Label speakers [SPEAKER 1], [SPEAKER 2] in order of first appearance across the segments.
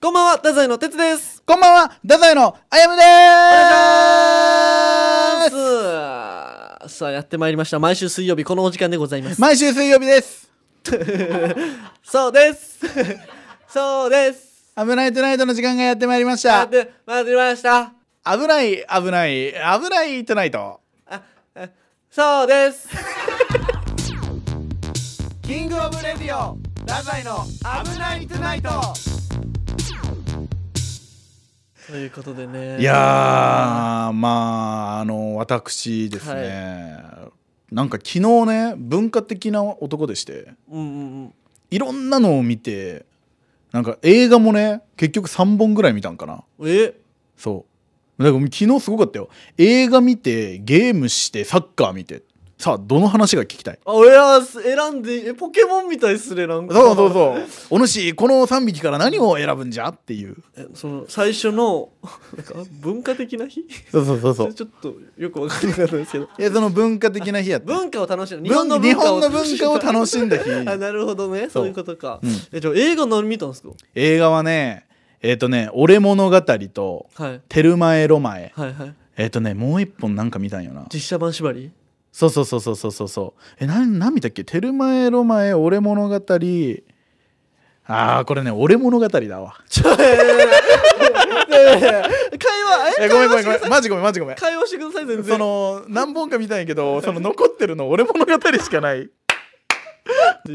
[SPEAKER 1] こんばんは、太宰の哲です。
[SPEAKER 2] こんばんは、ダザイのあやむでーす
[SPEAKER 1] す。さあ、やってまいりました。毎週水曜日、このお時間でございます。
[SPEAKER 2] 毎週水曜日です
[SPEAKER 1] そうです。 そうです。
[SPEAKER 2] 危ないトゥナイトの時間がやってまいりまし
[SPEAKER 1] や
[SPEAKER 2] た
[SPEAKER 1] っ。てまいりました。
[SPEAKER 2] 危ない、危ない、危ないトゥナイト。
[SPEAKER 1] あ、あそうです。
[SPEAKER 2] キングオブレディオ、ダザイの危ないトゥナイト
[SPEAKER 1] ということでね。
[SPEAKER 2] いやー、まあ、あの、私ですね、なんか昨日ね、文化的な男でして、
[SPEAKER 1] うんうんうん。
[SPEAKER 2] いろんなのを見て、なんか映画もね、結局3本ぐらい見たんかな。
[SPEAKER 1] え
[SPEAKER 2] そうだから昨日すごかったよ映画見てゲームしてサッカー見てさあどの話が聞きたい
[SPEAKER 1] あ、俺は選んで、え、ポケモンみたいっすね、なんか。
[SPEAKER 2] そうそうそうお主この3匹から何を選ぶんじゃっていう
[SPEAKER 1] えその最初の なんか文化的な日
[SPEAKER 2] そうそうそうそ
[SPEAKER 1] ちょっとよくわかんなかったですけど
[SPEAKER 2] いやその文化的な日やった
[SPEAKER 1] 文化を楽しむ
[SPEAKER 2] 日本の文化を日本の文化を楽しんだ日
[SPEAKER 1] あなるほどね
[SPEAKER 2] そう
[SPEAKER 1] そういうことか、
[SPEAKER 2] うん
[SPEAKER 1] えじゃあ映画何見たんですか、
[SPEAKER 2] 映画はねえっ、とね「俺物語」と
[SPEAKER 1] はい
[SPEAKER 2] 「テルマエ・ロマエ
[SPEAKER 1] はいはい」
[SPEAKER 2] えっ、とねもう一本なんか見たんよな
[SPEAKER 1] 実写版縛り
[SPEAKER 2] そうそうそうそうそうそうそうえなん何見たっけ「テルマエ・ロマエ」「俺物語」あーこれね「俺物語」だわ
[SPEAKER 1] ちょえーねえねえ会話
[SPEAKER 2] い
[SPEAKER 1] え
[SPEAKER 2] やごめん
[SPEAKER 1] 会話
[SPEAKER 2] ごめ
[SPEAKER 1] してくださ
[SPEAKER 2] んごめん
[SPEAKER 1] い
[SPEAKER 2] マジごめんマジごめん
[SPEAKER 1] 会話してください全然
[SPEAKER 2] その何本か見たんやけどその残ってるの俺物語しかない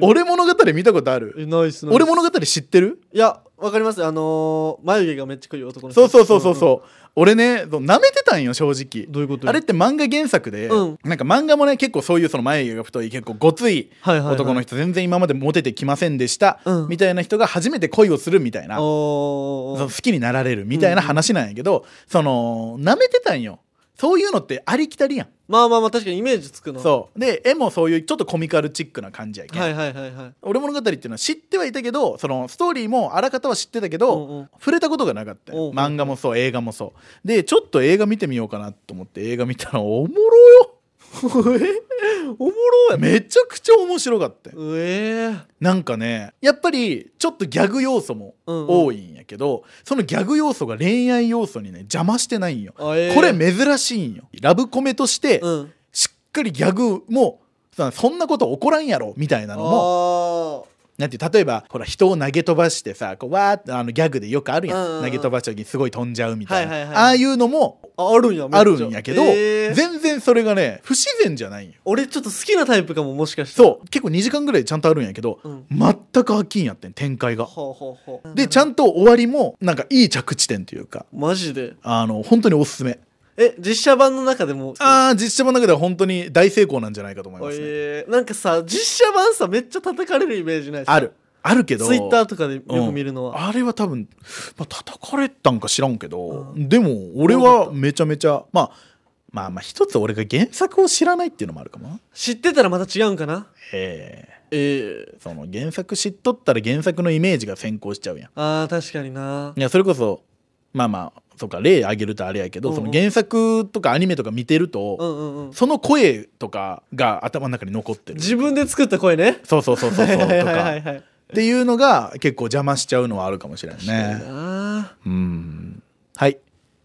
[SPEAKER 2] 俺物語見たことある
[SPEAKER 1] えないっすないっす
[SPEAKER 2] 俺物語知ってる
[SPEAKER 1] いやわかりますあのー、眉毛がめっちゃ濃い男の
[SPEAKER 2] そ
[SPEAKER 1] 人
[SPEAKER 2] うそうそうそうそう俺ねそう舐めてたんよ正直
[SPEAKER 1] どういうことよ
[SPEAKER 2] あれって漫画原作で、
[SPEAKER 1] うん
[SPEAKER 2] なんか漫画もね結構そういうその眉毛が太い結構ごつい
[SPEAKER 1] はいはいはい
[SPEAKER 2] 男の人全然今までモテてきませんでした、
[SPEAKER 1] うん
[SPEAKER 2] みたいな人が初めて恋をするみたいな
[SPEAKER 1] お
[SPEAKER 2] その
[SPEAKER 1] ー
[SPEAKER 2] 好きになられるみたいな話なんやけど、その舐めてたんよそういうのってありきたりやん
[SPEAKER 1] まあまあまあ確かにイメージつくな
[SPEAKER 2] そうで絵もそういうちょっとコミカルチックな感じやけん、
[SPEAKER 1] はいはいはいはい
[SPEAKER 2] 俺物語っていうのは知ってはいたけどそのストーリーもあらかたは知ってたけど、
[SPEAKER 1] うんうん
[SPEAKER 2] 触れたことがなかったよ
[SPEAKER 1] おう
[SPEAKER 2] 漫画もそう映画もそうでちょっと映画見てみようかなと思って映画見たらおもろよ
[SPEAKER 1] おもろい
[SPEAKER 2] めちゃくちゃ面白かったよ
[SPEAKER 1] うえー、
[SPEAKER 2] なんかねやっぱりちょっとギャグ要素も多いんやけど、そのギャグ要素が恋愛要素にね邪魔してないんよ、
[SPEAKER 1] あえー
[SPEAKER 2] これ珍しいんよラブコメとして、
[SPEAKER 1] うん
[SPEAKER 2] しっかりギャグもさそんなこと起こらんやろみたいなのも
[SPEAKER 1] も
[SPEAKER 2] なんていう例えばほら人を投げ飛ばしてさこうわーってあのギャグでよくあるやん、
[SPEAKER 1] うんうんうん
[SPEAKER 2] 投げ飛ばした時にすごい飛んじゃうみたいな、
[SPEAKER 1] はいはいはい
[SPEAKER 2] ああいうのも
[SPEAKER 1] ああるんやめっちゃ
[SPEAKER 2] あるんやけど、
[SPEAKER 1] えー
[SPEAKER 2] 全然それがね不自然じゃないんよ
[SPEAKER 1] 俺ちょっと好きなタイプかももしかして
[SPEAKER 2] そう結構2時間ぐらいちゃんとあるんやけど、
[SPEAKER 1] うん
[SPEAKER 2] 全く飽きんやってん展開が、
[SPEAKER 1] ほうほうほう
[SPEAKER 2] でちゃんと終わりもなんかいい着地点というか
[SPEAKER 1] マジで
[SPEAKER 2] あの本当におすすめ
[SPEAKER 1] え実写版の中でも
[SPEAKER 2] ああ実写版の中では本当に大成功なんじゃないかと思いますね、
[SPEAKER 1] えーなんかさ実写版さめっちゃ叩かれるイメージない
[SPEAKER 2] あるあるけど
[SPEAKER 1] ツイッターとかでよく見るの
[SPEAKER 2] うん
[SPEAKER 1] は、
[SPEAKER 2] あれは多分、まあ、叩かれたんか知らんけど、
[SPEAKER 1] う
[SPEAKER 2] でも俺はめちゃめちゃまあまあまあ一つ俺が原作を知らないっていうのもあるかもな
[SPEAKER 1] 知ってたらまた違うんかな
[SPEAKER 2] ええ
[SPEAKER 1] ええ
[SPEAKER 2] その原作知っとったら原作のイメージが先行しちゃうやん
[SPEAKER 1] あー確かにない
[SPEAKER 2] やそれこそまあまあそうか例挙げるとあれやけど、
[SPEAKER 1] うんうん
[SPEAKER 2] その原作とかアニメとか見てる
[SPEAKER 1] う
[SPEAKER 2] と、
[SPEAKER 1] んうんうん
[SPEAKER 2] その声とかが頭の中に残ってる
[SPEAKER 1] 自分で作った声ね
[SPEAKER 2] そうそうそうそうそうと
[SPEAKER 1] はいはいは
[SPEAKER 2] か
[SPEAKER 1] いはい
[SPEAKER 2] っていうのが結構邪魔しちゃうのはあるかもしれんね
[SPEAKER 1] あ
[SPEAKER 2] うんはい
[SPEAKER 1] ー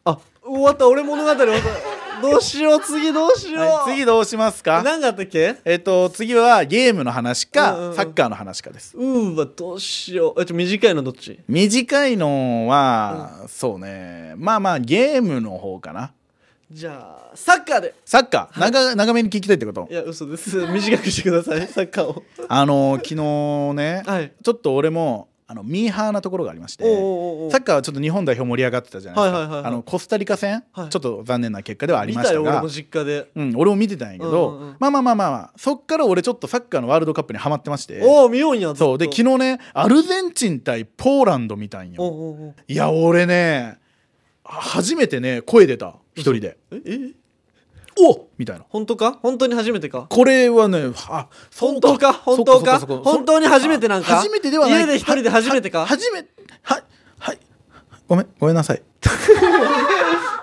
[SPEAKER 1] あ終わった俺物語終わったどうしよう次どうしよう、
[SPEAKER 2] はい、次どうしますか
[SPEAKER 1] 何があったっけ
[SPEAKER 2] えっ、と次はゲームの話
[SPEAKER 1] う
[SPEAKER 2] か、
[SPEAKER 1] んうんうん
[SPEAKER 2] サッカーの話かです
[SPEAKER 1] うーわどうしようえちょ短いのどっち
[SPEAKER 2] 短いのは、そうねまあまあゲームの方かな
[SPEAKER 1] じゃあサッカーで
[SPEAKER 2] サッカー長長めに聞きたいってこと
[SPEAKER 1] いや嘘です 短くしてくださ いサッカーを
[SPEAKER 2] あの昨日ね、
[SPEAKER 1] はい
[SPEAKER 2] ちょっと俺もあのミーハーなところがありまして
[SPEAKER 1] おうおうおう
[SPEAKER 2] サッカーはちょっと日本代表盛り上がってたじゃないですか、
[SPEAKER 1] はいはいはいはい
[SPEAKER 2] あのコスタリカ戦、
[SPEAKER 1] はい
[SPEAKER 2] ちょっと残念な結果ではあり
[SPEAKER 1] 見
[SPEAKER 2] ましたた
[SPEAKER 1] よ俺
[SPEAKER 2] が
[SPEAKER 1] も実家で
[SPEAKER 2] うん、俺も見てたんやけど、
[SPEAKER 1] うんうんうん
[SPEAKER 2] まあまあまあまあ、まあ、そっから俺ちょっとサッカーのワールドカップにはまってまして
[SPEAKER 1] おお見ようんやずっと
[SPEAKER 2] そうで昨日ねアルゼンチン対ポーランド見た
[SPEAKER 1] お
[SPEAKER 2] ん
[SPEAKER 1] う
[SPEAKER 2] よ
[SPEAKER 1] おうおう
[SPEAKER 2] いや俺ね初めてね声出た一人で
[SPEAKER 1] ええ
[SPEAKER 2] 「おっみたいな
[SPEAKER 1] 本当か本当に初めてか
[SPEAKER 2] これはねあ
[SPEAKER 1] 本当か
[SPEAKER 2] そう
[SPEAKER 1] 本当か
[SPEAKER 2] そうそうそう
[SPEAKER 1] 本当に初めてなんか
[SPEAKER 2] 初めてではない
[SPEAKER 1] 家で一人で初めてか
[SPEAKER 2] はは初めはいはいごめんごめんなさい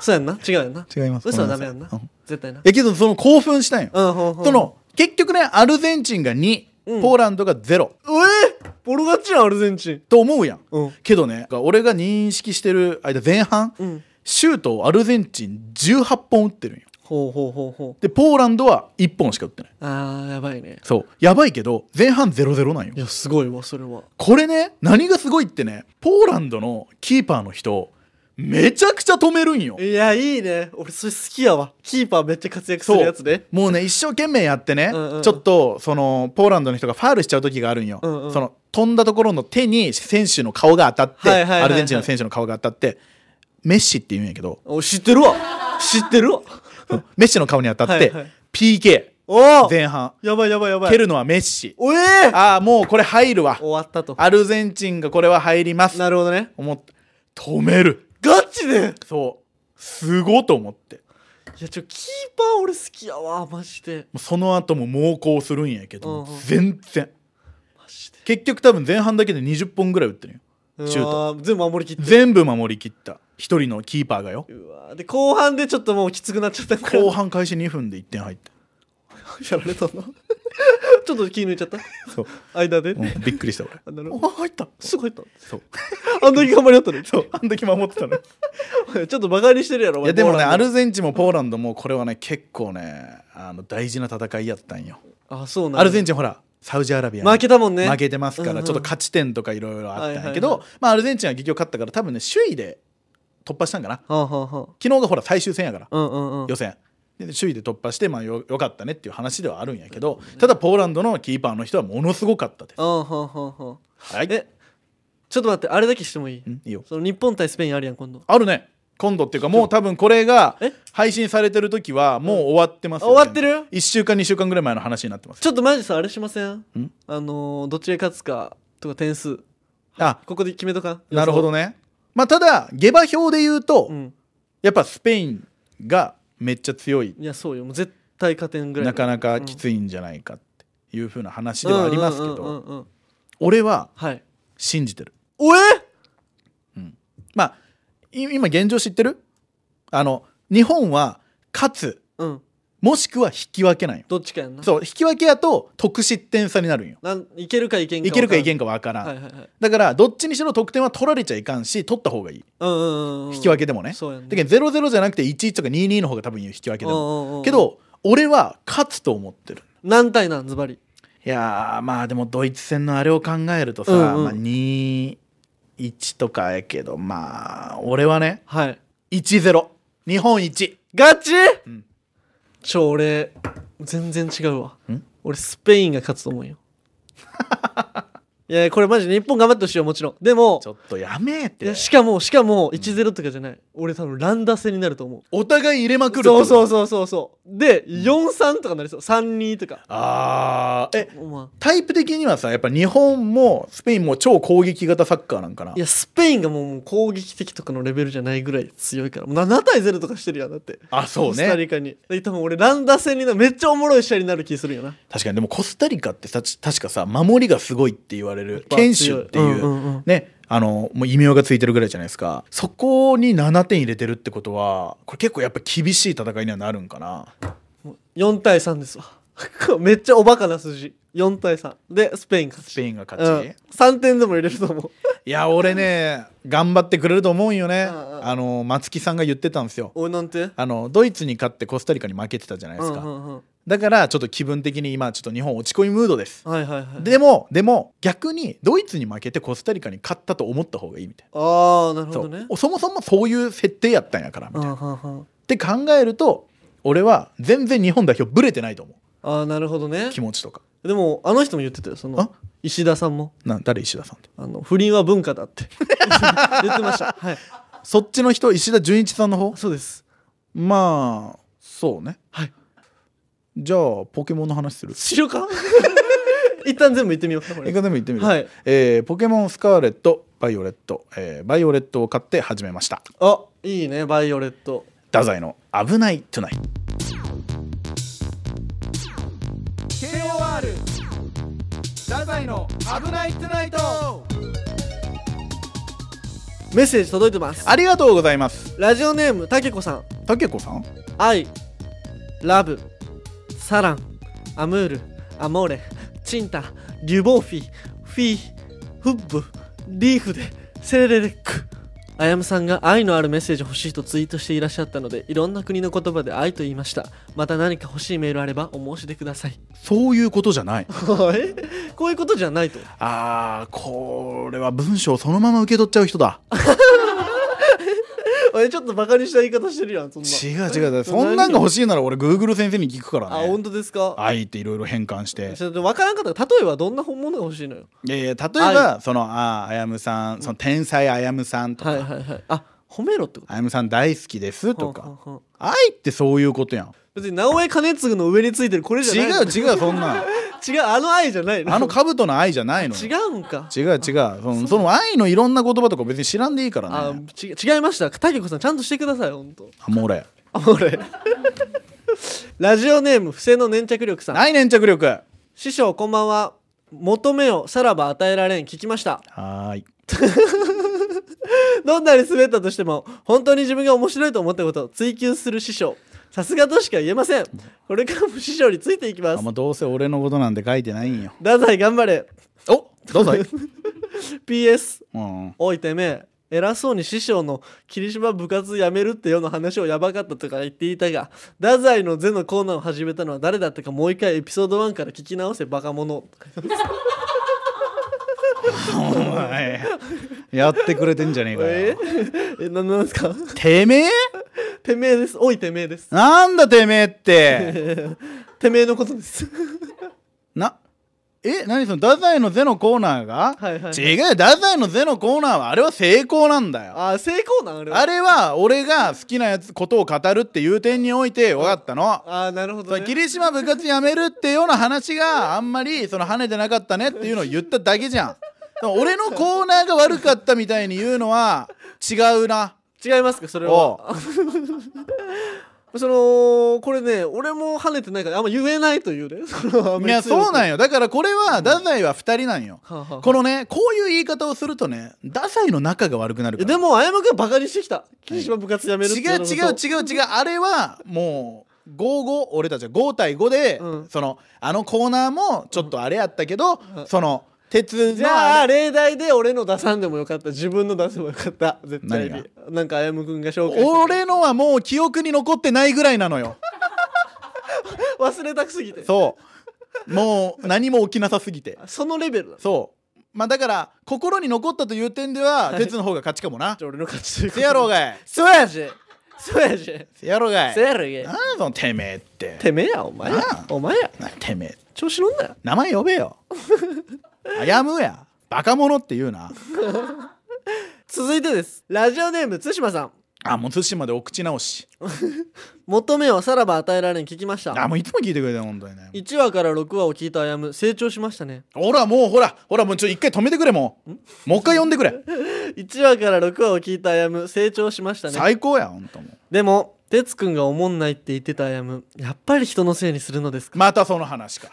[SPEAKER 1] そうやんな違うやんな
[SPEAKER 2] 違います
[SPEAKER 1] 嘘は
[SPEAKER 2] ご
[SPEAKER 1] ダ
[SPEAKER 2] め
[SPEAKER 1] メや
[SPEAKER 2] ん
[SPEAKER 1] んな
[SPEAKER 2] さいうん
[SPEAKER 1] 絶対な
[SPEAKER 2] えけどその興奮したんよ
[SPEAKER 1] うんほんほん
[SPEAKER 2] その結局ねアルゼンチンが2
[SPEAKER 1] うん
[SPEAKER 2] ポーランドが0
[SPEAKER 1] うえボロ勝ちやんアルゼンチン
[SPEAKER 2] と思うやん
[SPEAKER 1] うん
[SPEAKER 2] けどね俺が認識してる間前半、
[SPEAKER 1] うん
[SPEAKER 2] シュートをアルゼンチン18本打ってるんよ
[SPEAKER 1] ほうほうほうほ
[SPEAKER 2] でポーランドは1本しか打ってないう
[SPEAKER 1] あーやばいね
[SPEAKER 2] そうやばいけど前半0-0なんよ
[SPEAKER 1] いやすごいわそれは
[SPEAKER 2] これね何がすごいってねポーランドのキーパーの人めちゃくちゃ止めるんよ
[SPEAKER 1] いやいいね俺それ好きやわキーパーめっちゃ活躍するやつね
[SPEAKER 2] もうね一生懸命やってね、
[SPEAKER 1] うんうんうん
[SPEAKER 2] ちょっとそのポーランドの人がファールしちゃう時があるんよ、
[SPEAKER 1] うんうん
[SPEAKER 2] その飛んだところの手に選手の顔が当たって、
[SPEAKER 1] はいはいはいはい
[SPEAKER 2] アルゼンチンの選手の顔が当たってメッシって言うんやけど
[SPEAKER 1] お知ってるわ知ってるわ
[SPEAKER 2] メッシの顔に当たって、
[SPEAKER 1] はいはい
[SPEAKER 2] PK
[SPEAKER 1] おお
[SPEAKER 2] 前半
[SPEAKER 1] やばいやばいやばい
[SPEAKER 2] 蹴るのはメッシ
[SPEAKER 1] おえー、
[SPEAKER 2] ああもうこれ入るわ
[SPEAKER 1] 終わったと
[SPEAKER 2] アルゼンチンがこれは入ります
[SPEAKER 1] なるほどね
[SPEAKER 2] 思って止める
[SPEAKER 1] ガチで
[SPEAKER 2] そうすごっと思って
[SPEAKER 1] いやちょキーパー俺好きやわマジで
[SPEAKER 2] もうその後も猛攻するんやけど、
[SPEAKER 1] うんうん
[SPEAKER 2] 全然
[SPEAKER 1] マジで
[SPEAKER 2] 結局多分前半だけで20本ぐらい打ってるよシュート
[SPEAKER 1] うわ全部守りきって
[SPEAKER 2] 全部守りきった一人のキーパーがよ
[SPEAKER 1] うわで後半でちょっともうきつくなっちゃったから
[SPEAKER 2] 後半開始2分で1点入って
[SPEAKER 1] やられたなちょっと 気抜いちゃった
[SPEAKER 2] そう、
[SPEAKER 1] 間で、
[SPEAKER 2] うんびっくりした俺
[SPEAKER 1] あなるほど
[SPEAKER 2] あ入った
[SPEAKER 1] すごい入っ
[SPEAKER 2] そう
[SPEAKER 1] たあんだけ頑張りあったのにち
[SPEAKER 2] そうあん時守ってたの
[SPEAKER 1] ょっとバカにしてるやろお前
[SPEAKER 2] いやでも
[SPEAKER 1] ポー
[SPEAKER 2] ね
[SPEAKER 1] ランド
[SPEAKER 2] アルゼンチンもポーランドもこれはね結構ねあの大事な戦いやったんよ
[SPEAKER 1] あそうなんだ
[SPEAKER 2] アルゼンチンほらサウジアラビアに
[SPEAKER 1] 負けたもんね
[SPEAKER 2] 負けてますから、
[SPEAKER 1] うんうん
[SPEAKER 2] ちょっと勝ち点とかいろいろあったんやけど、
[SPEAKER 1] はいは
[SPEAKER 2] まあ、アルゼンチンは結局勝ったから多分ね首位で突破したんかな
[SPEAKER 1] はあ、はあは
[SPEAKER 2] 昨日がほら最終戦やから、
[SPEAKER 1] あ、うんうんうん
[SPEAKER 2] 予選で首位で突破して、まあ、よよかったねっていう話ではあるんやけど、ただポーランドのキーパーの人はものすごかったで
[SPEAKER 1] あ
[SPEAKER 2] す、
[SPEAKER 1] はあはあはあ
[SPEAKER 2] はい
[SPEAKER 1] えちょっと待ってあれだけしてもいい
[SPEAKER 2] んいいよ
[SPEAKER 1] その日本対スペインあるやん今度
[SPEAKER 2] あるね今度っていうかもう多分これが
[SPEAKER 1] え
[SPEAKER 2] 配信されてる時はもう終わってますよ、
[SPEAKER 1] 終わってる
[SPEAKER 2] 1週間2週間ぐらい前の話になってます
[SPEAKER 1] ちょっとマジさあれしません
[SPEAKER 2] ん
[SPEAKER 1] あのーどっちが勝つかとか点数
[SPEAKER 2] あ
[SPEAKER 1] ここで決めとか
[SPEAKER 2] なるほど
[SPEAKER 1] ね
[SPEAKER 2] ねまあただ下馬評で言うと、
[SPEAKER 1] うん
[SPEAKER 2] やっぱスペインがめっちゃ強い
[SPEAKER 1] いやそうよもう絶対加点ぐらい
[SPEAKER 2] なかなかきついんじゃないかっていう風な話ではありますけ
[SPEAKER 1] うんうんうん
[SPEAKER 2] ど
[SPEAKER 1] うんうん
[SPEAKER 2] 俺は
[SPEAKER 1] はい
[SPEAKER 2] 信じてる
[SPEAKER 1] おえ
[SPEAKER 2] まあい今現状知ってるあの日本は勝つ
[SPEAKER 1] うん
[SPEAKER 2] もしくは引き分けなんよ
[SPEAKER 1] どっちかやんな
[SPEAKER 2] そう引き分けやと得失点差になるんよ
[SPEAKER 1] なんいけるかいけんか
[SPEAKER 2] いけるかいけ
[SPEAKER 1] ん
[SPEAKER 2] んかわからん、
[SPEAKER 1] はいはいはい
[SPEAKER 2] だからどっちにしろ得点は取られちゃいかんし取った方がいい
[SPEAKER 1] うんうんうん
[SPEAKER 2] 引き分
[SPEAKER 1] け
[SPEAKER 2] けでもね、
[SPEAKER 1] そうやんね
[SPEAKER 2] だけど0-0じゃなくて1-1とか2-2の方が多分いいよ引き分けでも
[SPEAKER 1] け
[SPEAKER 2] け
[SPEAKER 1] ど
[SPEAKER 2] ど俺は勝つと思ってる
[SPEAKER 1] 何対何ズバリ
[SPEAKER 2] いやーまあでもドイツ戦のあれを考えるとさ、
[SPEAKER 1] うんうん
[SPEAKER 2] まあ、2-1とかやけどまあ俺はね
[SPEAKER 1] はい
[SPEAKER 2] 1-0日本1
[SPEAKER 1] ガチ
[SPEAKER 2] うん
[SPEAKER 1] ちょ俺全然違うわ
[SPEAKER 2] ん
[SPEAKER 1] 俺スペインが勝つと思 うよいやこれマジで日本頑張ってほしいよもちろんでも
[SPEAKER 2] ちょっとやめーって
[SPEAKER 1] いやしかもしかも1-0とかじゃない、俺多分乱打戦になると思う
[SPEAKER 2] お互い入れまくる
[SPEAKER 1] そうそう
[SPEAKER 2] う
[SPEAKER 1] そうそうそうで4-3とかなりそう3-2とか
[SPEAKER 2] あーえ
[SPEAKER 1] まあ
[SPEAKER 2] タイプ的にはさやっぱ日本もスペインも超攻撃型サッカーなんかない
[SPEAKER 1] やスペインがもうもう攻撃的とかのレベルじゃないぐらい強いからもう7対0とかしてるやんだって
[SPEAKER 2] あそう
[SPEAKER 1] コスタ
[SPEAKER 2] ね
[SPEAKER 1] リカにで多分俺乱打戦になるめっちゃおもろい試合になる気するよな
[SPEAKER 2] 確かにでもコスタリカってたち確かさ守りがすごいって言われる堅守っていう、
[SPEAKER 1] んんん
[SPEAKER 2] ねあのもう異名がついてるぐらいじゃないですかそこに7点入れてるってことはこれ結構やっぱ厳しい戦いにはなるんかな
[SPEAKER 1] もう4対3ですわ めっちゃおバカな数字4対3でスペイン勝
[SPEAKER 2] ス
[SPEAKER 1] ち
[SPEAKER 2] ペインが勝ち、い
[SPEAKER 1] うん、3点でも入れると思う
[SPEAKER 2] や俺ね頑張ってくれると思うんよね
[SPEAKER 1] うんうん
[SPEAKER 2] あの松木さんが言ってたんですよ
[SPEAKER 1] おいなんて
[SPEAKER 2] あのドイツに勝ってコスタリカに負けてたじゃないですか、
[SPEAKER 1] うんうんうん
[SPEAKER 2] だからちょっと気分的に今ちょっと日本落ち込みムードです、
[SPEAKER 1] はいはいはい
[SPEAKER 2] でもでも逆にドイツに負けてコスタリカに勝ったと思った方がいいみたい
[SPEAKER 1] ああなる
[SPEAKER 2] な
[SPEAKER 1] ほど
[SPEAKER 2] そう
[SPEAKER 1] ね
[SPEAKER 2] そもそもそういう設定やったんやからみ
[SPEAKER 1] う
[SPEAKER 2] たい
[SPEAKER 1] んう
[SPEAKER 2] な、
[SPEAKER 1] んう
[SPEAKER 2] っ
[SPEAKER 1] ん
[SPEAKER 2] て考えると俺は全然日本代表ブレてないと思う
[SPEAKER 1] ああなるほどね
[SPEAKER 2] 気持ちとか
[SPEAKER 1] でもあの人も言ってたよそ
[SPEAKER 2] あ
[SPEAKER 1] の石田さんも
[SPEAKER 2] なん誰石田さんって
[SPEAKER 1] あの不倫は文化だって 言ってましたはい
[SPEAKER 2] そっちの人石田純一さんの方
[SPEAKER 1] そうです
[SPEAKER 2] まあそうね
[SPEAKER 1] はい
[SPEAKER 2] じゃあポケモンの話する
[SPEAKER 1] しよう か一旦全部言ってみようかこ
[SPEAKER 2] 一
[SPEAKER 1] れ
[SPEAKER 2] 回でも言ってみる、
[SPEAKER 1] はい
[SPEAKER 2] えーポケモンスカーレットバイオレット、えーバイオレットを買って始めました
[SPEAKER 1] あいいねバイオレット
[SPEAKER 2] 太宰の「危ないトゥナイト」
[SPEAKER 1] KOR
[SPEAKER 2] 太宰の「危ないトゥナイト
[SPEAKER 1] メッセージ届いてます」
[SPEAKER 2] ありがとうございます
[SPEAKER 1] ラジオネームたけこさん
[SPEAKER 2] たけこさん
[SPEAKER 1] 愛ラブサランアムールアモーレチンタリュボーフィフィフッブリーフでセレレックあやむさんが愛のあるメッセージ欲しいとツイートしていらっしゃったのでいろんな国の言葉で愛と言いましたまた何か欲しいメールあればお申し出ください
[SPEAKER 2] そういうことじゃない
[SPEAKER 1] はいこういうことじゃないと
[SPEAKER 2] あーこれは文章をそのまま受け取っちゃう人だ
[SPEAKER 1] えちょっとバカにした言い方してるやんそんな
[SPEAKER 2] 違う 違うそんなんが欲しいなら俺 Google 先生に聞くから
[SPEAKER 1] あ
[SPEAKER 2] ね
[SPEAKER 1] 本当ですか
[SPEAKER 2] 愛っていろいろ変換して
[SPEAKER 1] ちょっと分からんかったら例えばどんな本物が欲しいのよ
[SPEAKER 2] いやいや例えばそのあーあやむさんその天才あやむさんとか、
[SPEAKER 1] はいはいはいあ褒めろってこ
[SPEAKER 2] あやむさん大好きで
[SPEAKER 1] と
[SPEAKER 2] すと
[SPEAKER 1] ほん
[SPEAKER 2] か
[SPEAKER 1] ほんほん
[SPEAKER 2] 愛ってそういうことやん
[SPEAKER 1] 別に直江兼次の上についてるこれじゃない
[SPEAKER 2] 違う違うそん なん
[SPEAKER 1] 違うあの愛じゃないの
[SPEAKER 2] あの兜の愛じゃないのよ
[SPEAKER 1] 違うんか
[SPEAKER 2] 違う違うそのその愛のいろんな言葉とか別に知らんでいいから
[SPEAKER 1] あ
[SPEAKER 2] ね
[SPEAKER 1] ち違いました竹子さんちゃんとしてください本当
[SPEAKER 2] あもう俺
[SPEAKER 1] あ俺 ラジオネーム不正の粘着力さん
[SPEAKER 2] ない粘着力は
[SPEAKER 1] 師匠こんばんは求めをさらば与えられん聞きました
[SPEAKER 2] ーい
[SPEAKER 1] どんなに滑ったとしても本当に自分が面白いと思ったことを追求する師匠さすがとしか言えませんこれからも師匠についていきま
[SPEAKER 2] あ
[SPEAKER 1] す
[SPEAKER 2] もうどうせ俺のことなんて書いてないんよ
[SPEAKER 1] 太宰頑張れ
[SPEAKER 2] おどうぞい
[SPEAKER 1] PS
[SPEAKER 2] うんうん
[SPEAKER 1] おいてめえ偉そうに師匠の霧島部活辞めるってよの話をやばかったとか言っていたが太宰の「ゼ」のコーナーを始めたのは誰だったかもう一回エピソード1から聞き直せバカ者
[SPEAKER 2] お前やってくれてんじゃねえかよ、
[SPEAKER 1] ええななんですか
[SPEAKER 2] てめえ
[SPEAKER 1] てめえですおいてめえです
[SPEAKER 2] なんだてめえって
[SPEAKER 1] てめえのことです
[SPEAKER 2] なえ何その太宰の「ゼ」のコーナーが、
[SPEAKER 1] はいはい
[SPEAKER 2] 違うよ太宰の「ゼ」のコーナーはあれは成功なんだよ
[SPEAKER 1] あ成功なんあれは
[SPEAKER 2] あれは俺が好きなやつことを語るっていう点において分かったの
[SPEAKER 1] あなるほ
[SPEAKER 2] そ
[SPEAKER 1] ど、
[SPEAKER 2] う
[SPEAKER 1] ね、
[SPEAKER 2] 霧島部活やめるっていうような話があんまりその跳ねてなかったねっていうのを言っただけじ ゃんでも俺のコーナーが悪かったみたいに言うのは違うな
[SPEAKER 1] 違いますかそれ
[SPEAKER 2] おう
[SPEAKER 1] は そのこれね俺も跳ねてないからあんま言えないというね その
[SPEAKER 2] いやそうなん
[SPEAKER 1] や、
[SPEAKER 2] よだからこれは太宰は2人なんよ
[SPEAKER 1] はあはあはあ
[SPEAKER 2] このねこういう言い方をするとね太宰の仲が悪くなる
[SPEAKER 1] え
[SPEAKER 2] か
[SPEAKER 1] で
[SPEAKER 2] ら
[SPEAKER 1] もあやまくんバカにしてきた霧島部活やめるって
[SPEAKER 2] 違
[SPEAKER 1] いう
[SPEAKER 2] う
[SPEAKER 1] の
[SPEAKER 2] 違
[SPEAKER 1] こ
[SPEAKER 2] う
[SPEAKER 1] と
[SPEAKER 2] 違う違うあれはもう55俺たちは5対5で、
[SPEAKER 1] うん
[SPEAKER 2] そのあのコーナーもちょっとあれやったけど、その鉄
[SPEAKER 1] じ
[SPEAKER 2] の
[SPEAKER 1] ゃあ
[SPEAKER 2] あれ
[SPEAKER 1] 例題で俺の出さんでもよかった自分の出せばよかった絶対
[SPEAKER 2] 何
[SPEAKER 1] になんかあやむくんが紹介して
[SPEAKER 2] 俺のはもう記憶に残ってないぐらいなのよ
[SPEAKER 1] 忘れたくすぎてそ
[SPEAKER 2] そうもう何も起きなさすぎて
[SPEAKER 1] のレベルだ
[SPEAKER 2] そうまあだから心に残ったという点では、
[SPEAKER 1] はい
[SPEAKER 2] 鉄の方が勝ちかもな
[SPEAKER 1] じゃあ俺の勝ちということ
[SPEAKER 2] せ
[SPEAKER 1] で
[SPEAKER 2] やろうがい
[SPEAKER 1] そうやしそうやし
[SPEAKER 2] せやろうがい
[SPEAKER 1] そうやろげ
[SPEAKER 2] なんそのてめえって
[SPEAKER 1] てめえやお前や
[SPEAKER 2] あ
[SPEAKER 1] お前や
[SPEAKER 2] なてめえ
[SPEAKER 1] 調子乗んなよ
[SPEAKER 2] 名前呼べよあやむやバカ者って言うな
[SPEAKER 1] 続いてですラジオネーム対馬さん
[SPEAKER 2] あもう対馬でお口直し
[SPEAKER 1] 求めをさらば与えられん聞きました
[SPEAKER 2] あもういつも聞いてくれてる本当にね
[SPEAKER 1] 1話から6話を聞いたあやむ成長しましたね
[SPEAKER 2] ほらもうほらほらもうちょ一回止めてくれもうもう一回呼んでくれ
[SPEAKER 1] 1話から6話を聞いたあやむ成長しましたね
[SPEAKER 2] 最高や本当もう
[SPEAKER 1] でも哲くんがおもんないって言ってたあやむやっぱり人のせいにするのですか
[SPEAKER 2] またその話か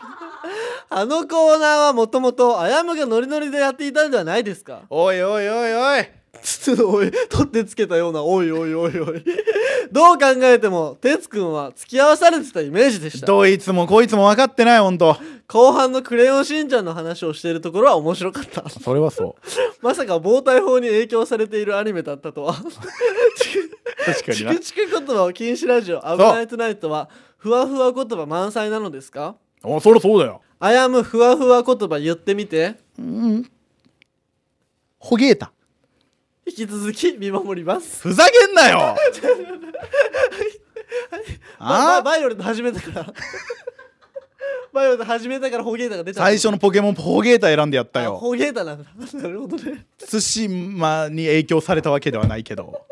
[SPEAKER 1] あのコーナーはもともとあやむがノリノリでやっていたんではないですか
[SPEAKER 2] おいおいおいおい
[SPEAKER 1] つつおい取ってつけたようなおいおいおいおいどう考えても哲くんは付き合わされてたイメージでした
[SPEAKER 2] どいつもこいつも分かってない本当
[SPEAKER 1] 後半の「クレヨンしんちゃん」の話をしているところは面白か った
[SPEAKER 2] それはそう
[SPEAKER 1] まさか防体法に影響されているアニメだったとは
[SPEAKER 2] 確か
[SPEAKER 1] チクチク言葉を禁止ラジオ「
[SPEAKER 2] う
[SPEAKER 1] 危ないトゥナイト」はふわふわ言葉満載なのですか
[SPEAKER 2] あそりゃそうだよ
[SPEAKER 1] あやむふわふわ言葉言ってみて
[SPEAKER 2] ほげえた
[SPEAKER 1] 引き続き見守ります
[SPEAKER 2] ふざけん なよ
[SPEAKER 1] まあ
[SPEAKER 2] あ
[SPEAKER 1] バイオレット始めたから バイオレット始めたからホゲータが出た
[SPEAKER 2] 最初のポケモンホゲータ選んでやった
[SPEAKER 1] あ
[SPEAKER 2] よ
[SPEAKER 1] ホゲータなんだなるほどね
[SPEAKER 2] 対馬に影響されたわけではないけど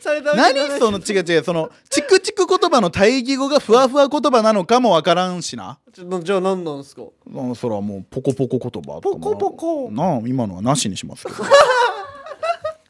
[SPEAKER 1] されたわけ
[SPEAKER 2] 何
[SPEAKER 1] じゃない
[SPEAKER 2] その違う違うそのチクチク言葉の対義語がふわふわ言葉なのかもわからんしな
[SPEAKER 1] ちょじゃあ何なんすか
[SPEAKER 2] まあそれはもうポコポコ言葉
[SPEAKER 1] ポコポコ
[SPEAKER 2] なあ今のはなしにしますけど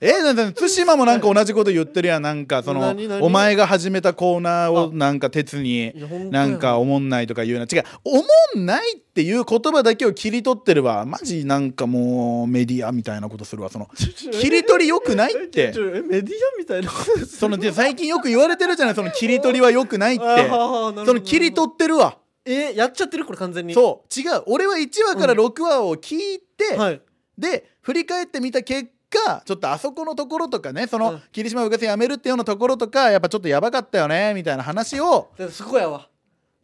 [SPEAKER 2] えなんだ対馬もなんか同じこと言ってるやんなんかその
[SPEAKER 1] 何何
[SPEAKER 2] お前が始めたコーナーをなんか鉄に
[SPEAKER 1] いや本当や
[SPEAKER 2] なんかおもんないとか言うな違うおもんないっていう言葉だけを切り取ってればマジなんかもうメディアみたいなことするわその切り取りよくないっ
[SPEAKER 1] え
[SPEAKER 2] て
[SPEAKER 1] ちょえメディアみたいなことです
[SPEAKER 2] そので最近よく言われてるじゃないその切り取りはよくないって
[SPEAKER 1] あーはーはーなるほど
[SPEAKER 2] その切り取ってるわ
[SPEAKER 1] えやっちゃってるこれ完全に
[SPEAKER 2] そう違う俺は1話から6話を聞いって、
[SPEAKER 1] はい
[SPEAKER 2] で振り返ってみた結果ちょっとあそこのところとかねその、
[SPEAKER 1] うん
[SPEAKER 2] 霧島部活やめるってようなところとかやっぱちょっとやばかったよねみたいな話を
[SPEAKER 1] だからそこやわ